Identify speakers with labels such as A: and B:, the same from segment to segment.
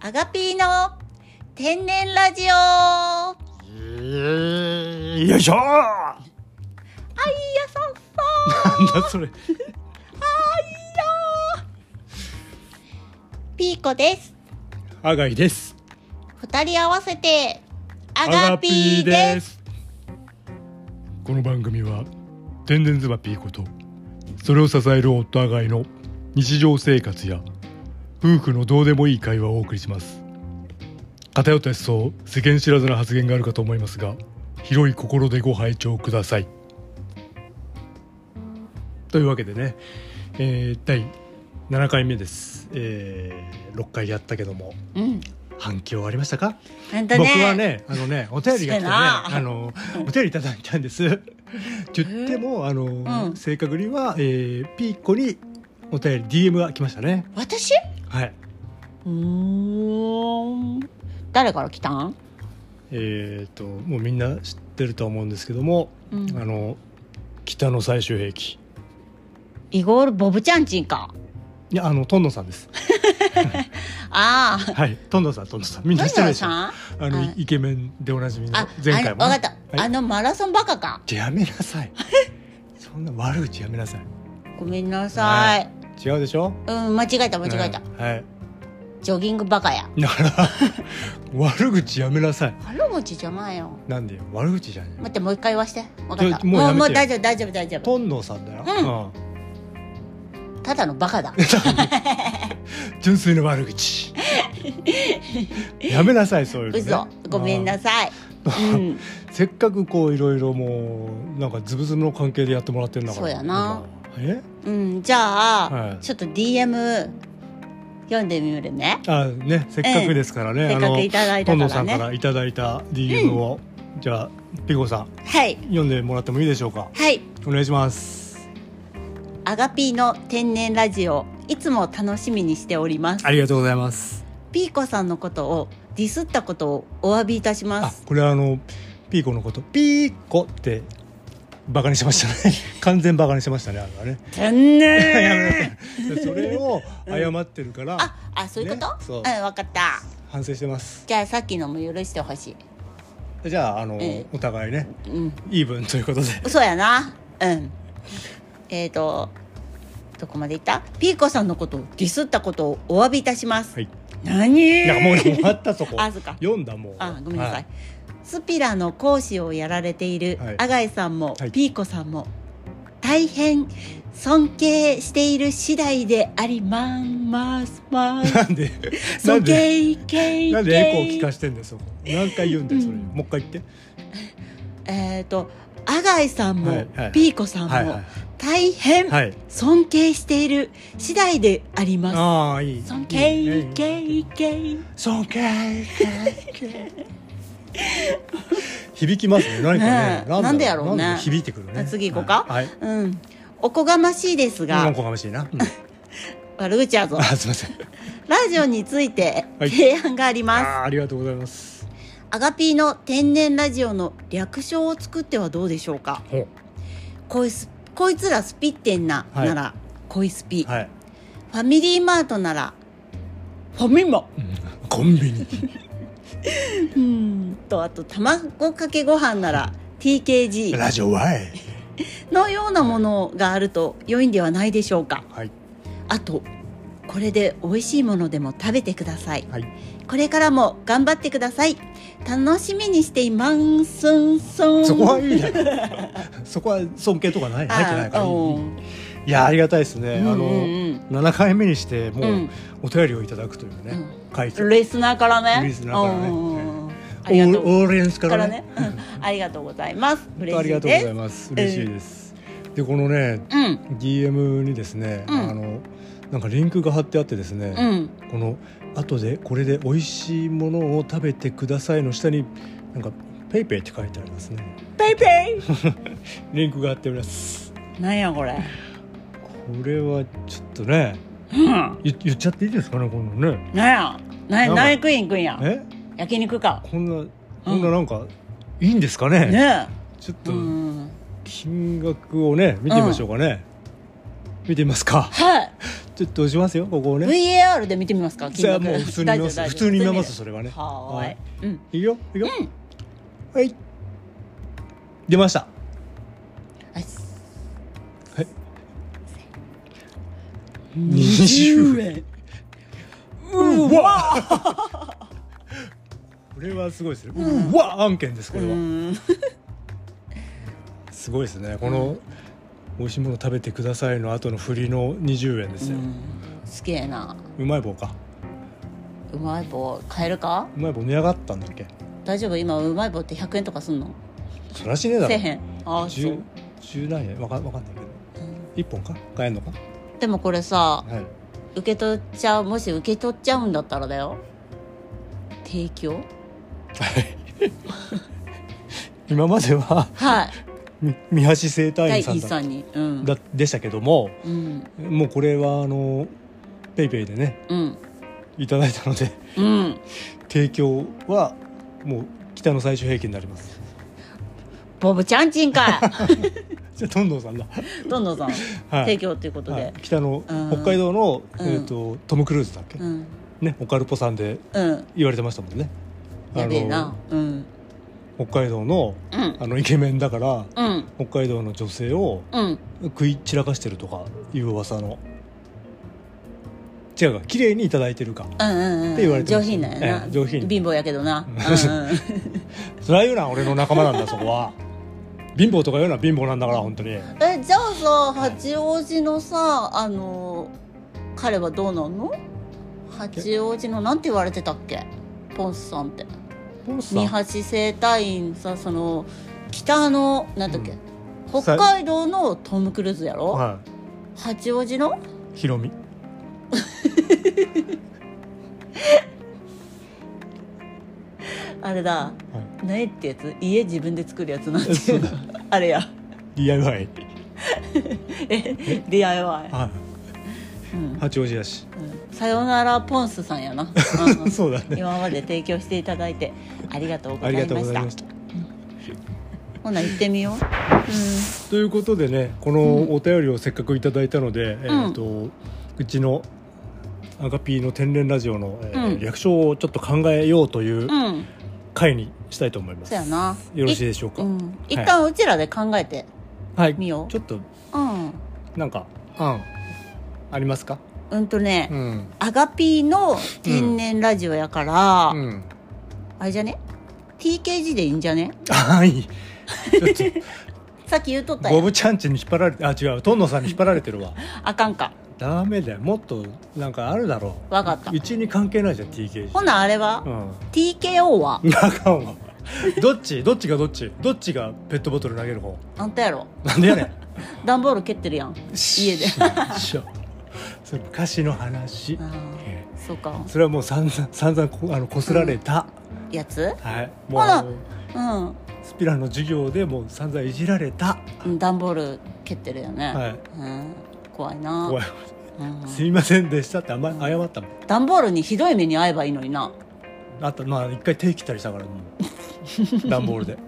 A: アガピーの天然ラジオあ
B: よいしょー
A: いやさんさ
B: なんだそれ
A: んピーコです
B: アガイです
A: 二人合わせてアガピーです
B: すこの番組は天然妻ピーコとそれを支える夫アガイの日常生活や夫婦のどうでもいい会話をお送りします偏った思想世間知らずな発言があるかと思いますが広い心でご拝聴くださいというわけでね、えー第7回目です、え6回やったけども
A: うん
B: 反響ありましたか
A: ほんとね
B: 僕はねあのねお便りが来
A: して
B: てね
A: な
B: あのお便りいただいたんです。 って言ってもあの、
A: うん
B: 正確には、えー、ピーコにお便り DM が来ましたね。
A: 私
B: はい。
A: うーん誰から来たん
B: えっ、ともうみんな知ってると思うんですけども、
A: うん
B: あの北の最終兵器
A: イゴールボブちゃんちんか
B: いやあのトンノさ んです。
A: ああ
B: はい。トンノさんトンノさんみんな知ってる
A: 野
B: でしょ。あ
A: さん
B: の、
A: はい
B: イケメンでおなじみの
A: あ
B: 前回
A: あの
B: も、
A: わかっ
B: ね。
A: た、
B: はい
A: あのマラソンバカか
B: やめな さい。そんな悪口やめなさい。
A: ごめんなさい、
B: 違うでしょ。
A: うん間違えた間違えた、
B: うんはい。
A: ジョギングバカや
B: だから悪口やめなさい
A: 腹持ちじゃないよ
B: なんでよ悪口じゃね
A: 待ってもう一回言わして分かっ
B: ち
A: た
B: ょもう
A: も
B: や
A: う
B: め
A: も
B: てよ
A: う大丈夫大丈夫大丈
B: え
A: 夫
B: とんのさんだよ、
A: うただのバ カだ
B: うん純粋な悪 口やめなさいそういうの、ね、
A: 嘘ごめんなさいうん
B: うんせっかくこういろいろもうなんかズブズブの関係でやってもらってんだから
A: そうやなん
B: かえ
A: うんじゃあ、
B: はい
A: ちょっと DM 読んでみるね
B: あねせっかくですからね、
A: せっ
B: あ
A: か
B: の
A: くいただい
B: と
A: た
B: ん
A: か
B: のさ
A: ら
B: ん
A: ね
B: からいただいた DM を、じゃあピコさん
A: はい
B: 読んでもらってもいいでしょうか
A: はい
B: お願いします
A: アガピーの天然ラジオいつも楽しみにしております
B: ありがとうございます
A: ピーコさんのことをディスったことをお詫びいたしま
B: あ
A: す
B: これはあのピーコのことピーコってバカにしましたね 完全バカにしましたねあれはね
A: 天
B: や
A: 然
B: めなさいそれを謝ってるから
A: ああそういうこと、
B: ねそう
A: うん分かった
B: 反省してます
A: じゃあさっきのも許してほし
B: じゃああの、
A: ええ
B: お互いね
A: いうん
B: イーブンということで
A: そうやなうんえっ、ー、とどこまでいったピーコさんのことをディスったことをお詫びいたします、
B: はい
A: 何
B: なんかもう終わったそこ
A: あそうか
B: 読んだもう
A: あごめんなさい、
B: は
A: スピラの講師をやられている
B: はい
A: 阿貝さんも、
B: はい
A: ピーコさんも大変尊敬している次第でありまんますまん
B: なん で な
A: 尊
B: んで
A: 敬いけいけい
B: なんでエコー聞かしてんだよそこ何回言うんだよそれ、
A: うん
B: もう一回言って
A: えっ、ー、と阿貝さんも、
B: はいはい
A: ピーコさんも、
B: はいはい
A: 大変
B: はい
A: 尊敬している次第であります
B: ああいい
A: 尊敬
B: いい
A: いけいけい
B: 尊敬 響きますね何か
A: ね
B: ね
A: え
B: ろ
A: なんでやろうね
B: なんで響いてくるね
A: 次行こうか
B: はい、はい
A: うんおこがましいです
B: なん
A: が
B: かおかしいな、うん
A: 悪口やぞ
B: あすいません
A: ラジオについて
B: はい
A: 提案があります、
B: あーありがとうございます
A: アガピーの天然ラジオの略称を作ってはどうでしょうか
B: ほ
A: こいすこいつらスピってんな、
B: はい
A: ならこいスピ、
B: うはい、
A: ファミリーマートならファミマ
B: うんコンビニ
A: うんとあと卵かけご飯なら TKG
B: ラジオワイ
A: のようなものがあると良いんではないでしょうか
B: はい
A: あとこれで美味しいものでも食べてください
B: はい
A: これからも頑張ってください楽しみにしていますんすん
B: そこはいいじゃんそこは尊敬とかない入ってないからいい
A: うん
B: いやありがたいですね、
A: うんうん
B: あの7回目にして
A: う
B: もうんお便りをいただくというね、回
A: う
B: 答
A: んリスナーからね
B: リスナーからね
A: うんうんうんあ
B: オ
A: りが
B: ー
A: と
B: オ
A: う
B: ーレンスか
A: からら
B: ね
A: ね、 うんありがとうございます
B: 本当
A: 嬉
B: あ
A: し
B: り
A: い
B: がとうござ
A: で
B: い
A: す
B: ます嬉しいです、でこのね
A: うん
B: DM にですね、
A: うん
B: あのなんかリンクが貼ってあってです
A: う
B: ね、
A: ん
B: この後でこれで美味しいものを食べてくださいの下になんかペイペイって書いてありますね
A: ペイペ
B: リンクが貼っております
A: イなんやこれ
B: これはちょっとね
A: うん
B: 言言っちゃっていいですかねこのね
A: なんやな
B: なんか
A: 何食いに行くんや
B: え
A: 焼肉か
B: こんなこんななんか、いいんですかね
A: ね
B: ちょっ
A: えう
B: と
A: ん
B: 金額をね見てみましょうかね、見てみますか
A: はい
B: ちょっと押しますよここをね
A: VAR で見てみますか
B: じ
A: 金
B: ゃあ
A: 額
B: もう普通に
A: 大
B: 見ます
A: 丈夫大丈夫
B: 普通に見ますそれはね
A: はーい、うん、
B: いくよいくよ、はい出ました
A: あ
B: はい
A: 20円
B: うわこれはすごいですねうわ案件ですこれ
A: う
B: は
A: ん
B: すごいですねこの美味しいもの食べてくださいの後の振りの20円ですよ
A: すげえな
B: うまい棒か
A: うまい棒買えるか
B: うまい棒値上がったんだっけ
A: 大丈夫今うまい棒って100円とかすんの
B: そらしねえだ
A: せえ
B: ろ
A: へんああそ
B: 10
A: う
B: 10何円わかわかんないけど一本か買えんのか
A: でもこれさ
B: はい
A: 受け取っちゃうもし受け取っちゃうんだったらだよ提供
B: 今までは
A: はい
B: み三橋整体
A: 第
B: 院さん
A: 一
B: だ
A: さんにうん
B: だでしたけども
A: うん
B: もうこれはあのペイペイでね
A: うん
B: いただいたので
A: うん
B: 提供はもう北の最終平均になります
A: ボブちゃんちんか
B: じゃあどんどんさんだ、
A: いどんどんさん
B: はい
A: 提供ということ
B: は
A: で
B: い、北の
A: うん
B: 北海道の、
A: うん
B: えー、とトム・クルーズだっけ、
A: うん
B: ねオカルポさんで
A: うん
B: 言われてましたもんね
A: やべえなうん
B: 北海道の
A: うん
B: あのイケメンだから
A: うん
B: 北海道の女性を
A: うん
B: 食い散らかしてるとかいう噂の違うか綺麗にいただいてるか
A: うんうんうん
B: って言われて
A: 上
B: ます
A: 品なんやな
B: ええ上品
A: 貧乏やけど な
B: それは言うな俺の仲間なんだそこは貧乏とか言うな貧乏なんだから本当に
A: うんえじゃあさ八王子のさあの彼はどうなんの八王子のなんて言われてたっけポンスさんって三橋整体院さその北のなんだっけ、
B: うん
A: 北海道のトム・クルーズやろ、
B: は
A: 八王子の
B: いヒロミ
A: あれだ苗ってやつ家自分で作るやつなんてい
B: そう
A: う
B: だ
A: あれや
B: DIY
A: え DIY、
B: は
A: うん
B: い八王子やし
A: うんさよならポンスさんやな、うんうん
B: そうだね
A: 今まで提供していただいてありがとうござ
B: ありが
A: い
B: とう
A: ま
B: ご
A: し
B: ざい
A: た
B: ました
A: ほな行ってみよう、う
B: ということでねこのお便りをせっかくいただいたので、えー、とうちのアガピーの天然ラジオの、えー
A: うん
B: 略称をちょっと考えようというん
A: うん
B: 回にしたいと思います、
A: そうやな
B: よろしい
A: い
B: でしょうか、
A: うん、一旦うちらで考えて、
B: はい
A: 見よう
B: ちょっと
A: うん
B: なんか案ありますか
A: うんとね、
B: うん
A: アガピーの天然ラジオやから、
B: うん
A: あれじゃね TKG でいいんじゃね
B: はいちょ っと
A: さっき言うとった
B: ボ
A: やん
B: ブちゃんちに引っ張られてあ違うトンノさんに引っ張られて るわ
A: あかんか
B: ダメだよもっとなんかあるだろう
A: わかった
B: うちに関係ないじゃん TKG
A: ほなあれは、
B: うん
A: TKO は
B: 中はどっちどっちがどっちどっちがペットボトル投げる方
A: あんたやろ
B: なんでやねん
A: 段ボール蹴ってるやん 家で
B: しょそれ昔の話
A: あー
B: え
A: そうか
B: えそれはもう散々散々こあのこすられた、
A: やつ
B: はいもう
A: あら
B: あの
A: うん
B: スピラの授業でもう散々いじられた、
A: うん段ボール蹴ってるよね、
B: はい
A: うん、怖いな
B: 怖い
A: うん
B: すみませんでしたってあんまり謝ったもん
A: 段ボールにひどい目に遭えばいいのにな
B: あとまあ一回手切ったりし たからもう段ボールで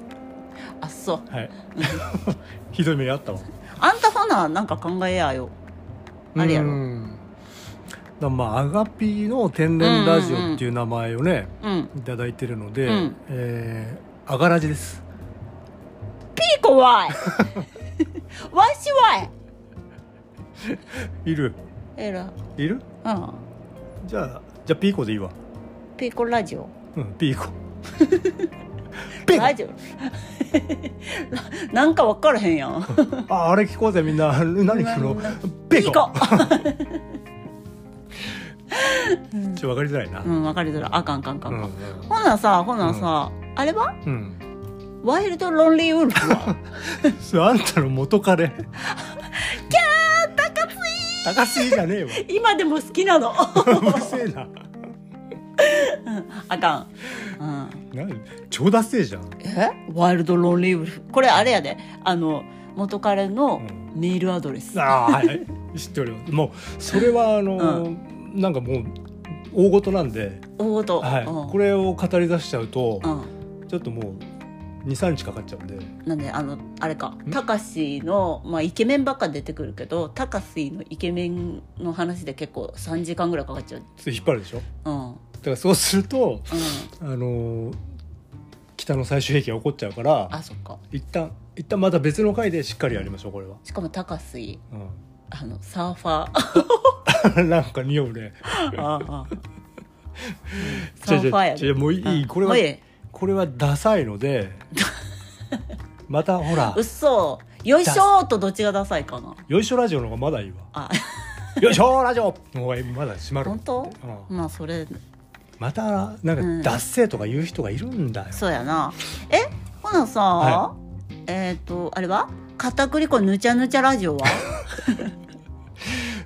A: あそう
B: はい。ひどい目にあったわ。
A: あんたほななんか考えやよあれやろ
B: うんだまあアガピーの天然ラジオっていう名前をね、
A: うん
B: いただいてるので、
A: うん
B: えー、アガラジです。
A: ピーコわ いわしわい
B: いる
A: えら
B: いる？
A: うん
B: じゃあじゃあピーコでいいわ。
A: ピーコラジオ
B: うんピーコ。 ピ
A: ラ
B: ー
A: ジオ なんか分からへんやん
B: コ。ああれ聞こうぜみんな。何聞くの？ピーコ。ちょっとわかりづらいな。
A: うん分かりづらいあかんあかんあか、
B: うんん
A: ほなさほなさ、あれは
B: うん。
A: ワイルドロンリーウル フは
B: それあんたの元カレ。
A: キャー高津
B: 高すぎじゃねえわ。
A: 今でも好きなの
B: うるせえな。
A: あかん、うん、
B: なん超ダセえじゃん。
A: えワイルドロンリーウルフこれあれやであの元彼の
B: うん
A: メールアドレス、
B: ああはい知っておりますもうそれはあの、
A: う
B: なんかもう大事なんで、
A: 大ごと、
B: はい
A: うん
B: これを語り出しちゃうと、
A: うん
B: ちょっともう23日かかっちゃうんで
A: なんであのあれかたかしの、まあ、イケメンばっか出てくるけどたかしのイケメンの話で結構3時間ぐらいかかっちゃう
B: それ引っ張るでしょ
A: うんうん
B: だからそうするとあのー北の最終兵器が起こっちゃうから
A: あそっか
B: 一旦一旦また別の回でしっかりやりましょうこれは、
A: しかもたかし
B: う
A: あのサーファ ー
B: ん、 なんか匂うね
A: ああ サーファーや
B: 違う違う違うもういい、
A: うん
B: これ
A: も
B: は
A: ういい
B: これはダサい のでまたほら
A: うっそよいしょーとどっちがダサいかな
B: よいしょラジオの方がまだいいわ
A: あ
B: よいしょラジオの方がまだ閉まる
A: 本当
B: うん
A: まあそれ
B: またなんか「脱せ」とか言う人がいるんだよ、
A: そうやなえほなさ、
B: は
A: えっ、とあれは片栗粉ぬちゃぬちゃラジオ は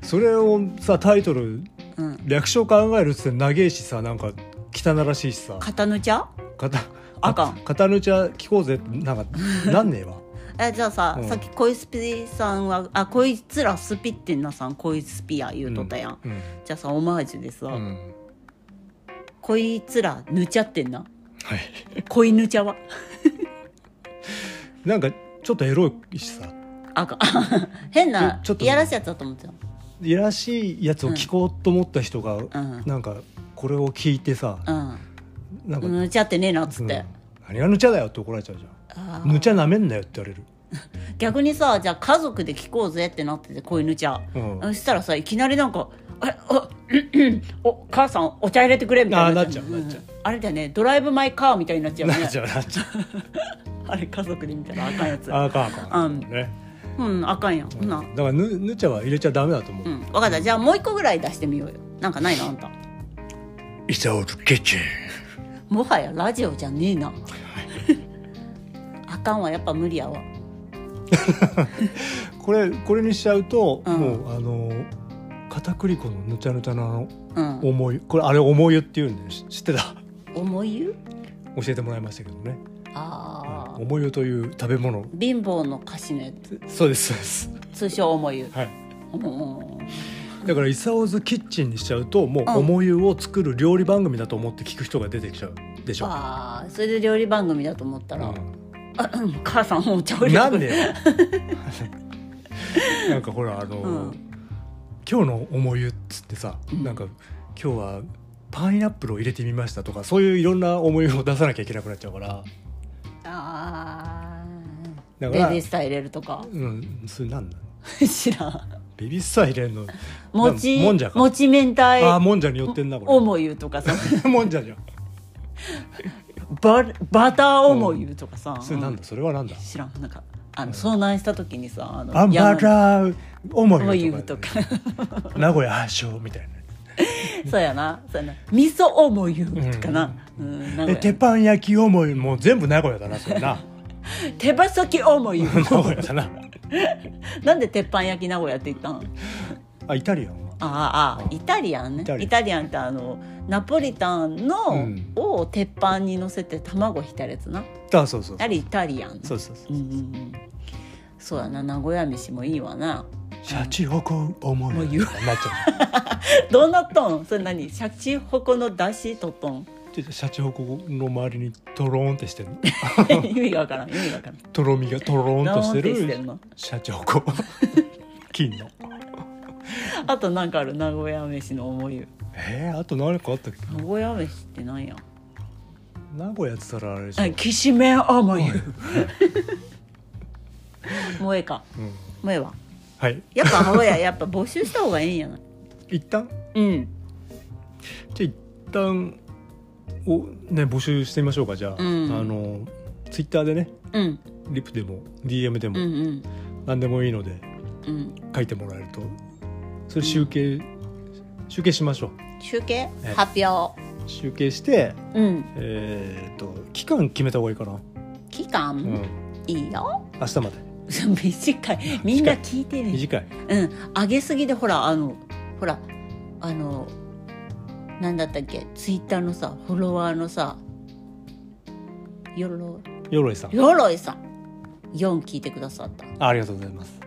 B: それをさタイトル
A: うん
B: 略称考えるっつって長えしさなんか汚らしいしさ
A: 片ぬちゃ
B: かた
A: あかん
B: 片ぬちゃ聞こうぜってなん かなんねえわ
A: えじゃあさ、
B: うん
A: さっきこいスピさんはあこいつらスピってんなさんこいスピや言うとったやん、
B: うん、
A: じゃあさオマージュでさ、
B: うん
A: こいつらぬちゃってんな
B: はい
A: こいぬちゃは
B: なんかちょっとエロいしさ
A: あかん 変な
B: ちょちょっと
A: いやらしいやつだと思って
B: いやらしいやつを聞こうと思った人が、
A: たうん
B: なんかこれを聞いてさ、なんか、
A: うんぬちゃってねえなっつって、
B: うん何がぬちゃだよって怒られちゃうじゃ
A: あ
B: んぬ
A: ー
B: ちゃなめんなよって言われる、
A: 逆にさじゃあ家族で聞こうぜってなっててこいぬちゃ
B: う
A: そ
B: ん、
A: したらさいきなりなんか「あれあうんうんお母さんお茶入れてくれ」みたいにな
B: あーなっちゃうなっちゃうん
A: あれだよね「ドライブ・マイ・カー」みたいになっちゃうよ
B: な
A: ね
B: っちゃうなっちゃう
A: あれ家族で見たらあかんやつ
B: あかんあか
A: うん
B: んね
A: うんあかんやん
B: う
A: ほ
B: ん
A: な
B: だからぬぬちゃは入れちゃダメだと思う、
A: うん分かったじゃあもう一個ぐらい出してみようよなんかないのあんた
B: イサオルケチ
A: もはやラジオじゃねえ なあかんわやっぱ無理やわ
B: これこれにしちゃうと、
A: うん
B: もうあの片栗粉のぬちゃぬちゃのあの
A: うん
B: 思いこれあれ思いって言うんだよし知ってた
A: 思い湯
B: 教えてもらいましたけどね
A: ああ
B: 思い湯という食べ物
A: 貧乏の歌詞のや
B: そうですそうです
A: つ通称思い湯
B: はい
A: うんうんうん
B: だから「イサオズキッチン」にしちゃうともう
A: うん
B: 思い湯を作る料理番組だと思って聞く人が出てきちゃうでしょ、
A: ああそれで料理番組だと思ったら、
B: う
A: 母さんお茶を入
B: ん、
A: れて
B: な
A: く
B: ん
A: れ
B: でよ なんかほらあの、
A: うん
B: 今日の思い湯っつってさ、なんか今日はパイナップルを入れてみましたとかそういういろんな思いを出さなきゃいけなくなっちゃうから
A: ああ
B: だ
A: ベ
B: か
A: ビー
B: ら
A: スター入れるとか
B: うんそれなんだ
A: 知らん
B: ベビースター入れんの
A: 餅
B: なんもんじゃか
A: 餅明
B: ああ
A: 太
B: もんじゃに寄ってんなこ
A: 思い湯と かさ
B: れもんじゃじゃん
A: ババター思い湯とかさ、
B: それなんだそれはなんだ
A: 知らんなんかあの遭難した時にさあの
B: アンバ
A: 山の
B: ラー思
A: 思
B: い
A: い
B: 湯
A: 湯と
B: とか
A: か
B: 名古屋発祥みたいな
A: そうやなそうやな味噌思い湯かな,、うんなん
B: で
A: か
B: 鉄板焼き思いもう全部名古屋だなそ れな
A: 手羽先思い湯
B: 名古屋だな
A: なんで鉄板焼き名古屋って言ったの
B: あイタリアンは
A: ああああイタリアンねイ
B: イ
A: タ
B: タ
A: リ
B: リアン
A: アンってあのナポリタンの、
B: うん
A: を鉄板に乗せて卵浸るやつな
B: あそうそう
A: あれイタリアン
B: そうそうそう
A: うんうんうんそうやな名古屋飯もいいわな
B: シャチホコ思
A: もう
B: い
A: 言
B: 湯
A: う
B: なっちゃう
A: どうなっとんそれ何シャチホコの出汁とっと ん
B: ちょっとシャチホコの周りにトローンってしてる
A: 意味がわからん意味がわからん
B: とろみがとろーんとして
A: ドローンってしてんの
B: るシャチホコ金の
A: あとなんかある名古屋飯の思い出
B: えー、あと何かあったっけ
A: 名古屋飯ってなんや
B: 名古屋っつったらあれでしょ
A: あ、きしめん思い出 もうええか
B: うん、
A: もうええわ
B: はい
A: やっぱ名古屋やっぱ募集した方がいいんやない
B: 一旦
A: うん
B: じゃあ一旦をね募集してみましょうかじゃあ、
A: うん
B: あのツイッターでね
A: うん
B: リプでも DM で
A: う
B: も
A: ん
B: 何でもいいので
A: うんうん
B: 書いてもらえるとそれ集計、集計しましょう
A: 集計
B: え
A: 発表
B: 集計して
A: うん
B: えーっと期間決めた方がいいかな、
A: 期間、
B: うん、
A: いいよ
B: 明日まで
A: 短いみんな聞いてね
B: 短い
A: うん上げすぎでほらあのほらあのなんだったっけツイッターのさフォロワーのさよろ
B: 鎧さん
A: よろいさん4聞いてくださった、
B: あありがとうございます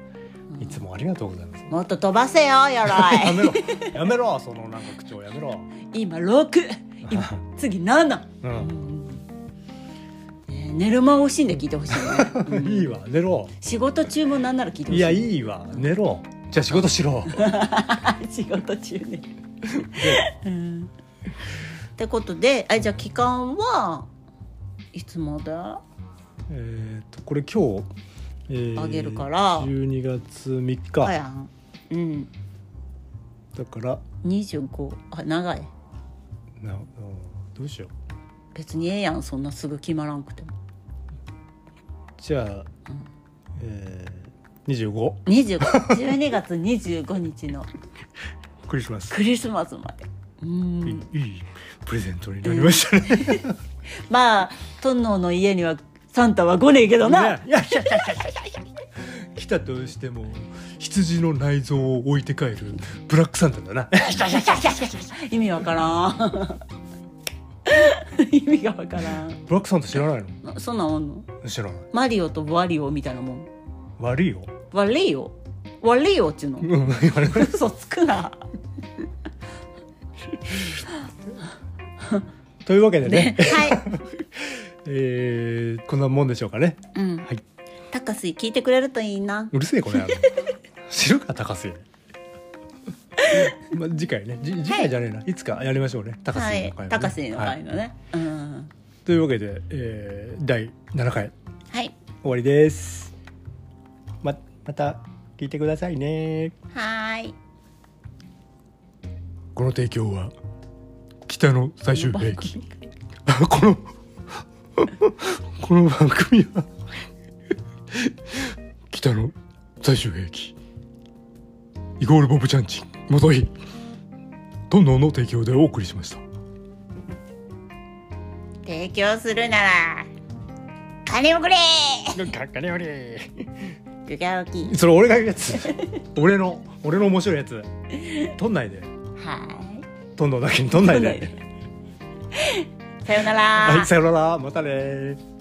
A: うん
B: いつもありがとうございます
A: もっと飛ばせよよろ
B: やめろやめろそのなんか口調やめろ、
A: い今6今次7
B: う、
A: うんんねえ寝る間を惜しんで聞いてほしい ね、うん
B: いいわ寝ろ
A: 仕事中もなんなら聞いてほしい
B: いやいいわ寝ろじゃあ仕事し ろ
A: 仕事中 ね。うんってことであじゃあ期間はいつまであ
B: えっとこれ今日、えー
A: あげるから
B: 12月3日、
A: やんうん
B: だから
A: 25あ長い
B: ななどうしよう
A: 別にええやんそんなすぐ決まらんくても
B: じゃあ、えー、25
A: 25 12月25日の
B: クリスマス
A: クリスマスまでう
B: い
A: ん
B: いいプレゼントになりましたね。
A: まあトンノーの家にはサンタは来ねえけどな、
B: ねいやいやいやいやいや来たとしても羊の内臓を置いて帰るブラックサンタだな。
A: 意味わからん 意味がわからん
B: ブラックサンタ知らない
A: なそんなんおんの
B: の？知らない。
A: マリオとワリオみたいなもん
B: 悪いよ。
A: ワリオワリオっちゅうの
B: うん。
A: 嘘つくな
B: というわけでね
A: ね、はい、
B: えーこんなもんでしょうかね。
A: うん
B: はい。
A: 高須聞いてくれるといいな
B: うるせえこれ。あの知るか高瀬。まあ次回ね、じ次回じゃねえな、い、つかやりましょうね。高
A: は
B: 瀬の
A: い
B: 会もね
A: 高須の
B: は
A: 会
B: い
A: のね、うん
B: というわけで、えー第7回。
A: はい
B: 終わりです。ま、また聞いてくださいね。
A: はーい
C: この提供は北の最終兵器
B: あ このこの番組は
C: 北の最終兵器イコールボブチャンチン元井トンノーの提供でお送りしました
A: 提供するなら金をくれルガオキ
B: それ俺が言うやつ。 俺の俺の面白い やつ。取んないで。
A: は
B: どんどんだけに取ん
A: ー
B: ない
A: い
B: で。
A: さよなら
B: はいさよならまたね。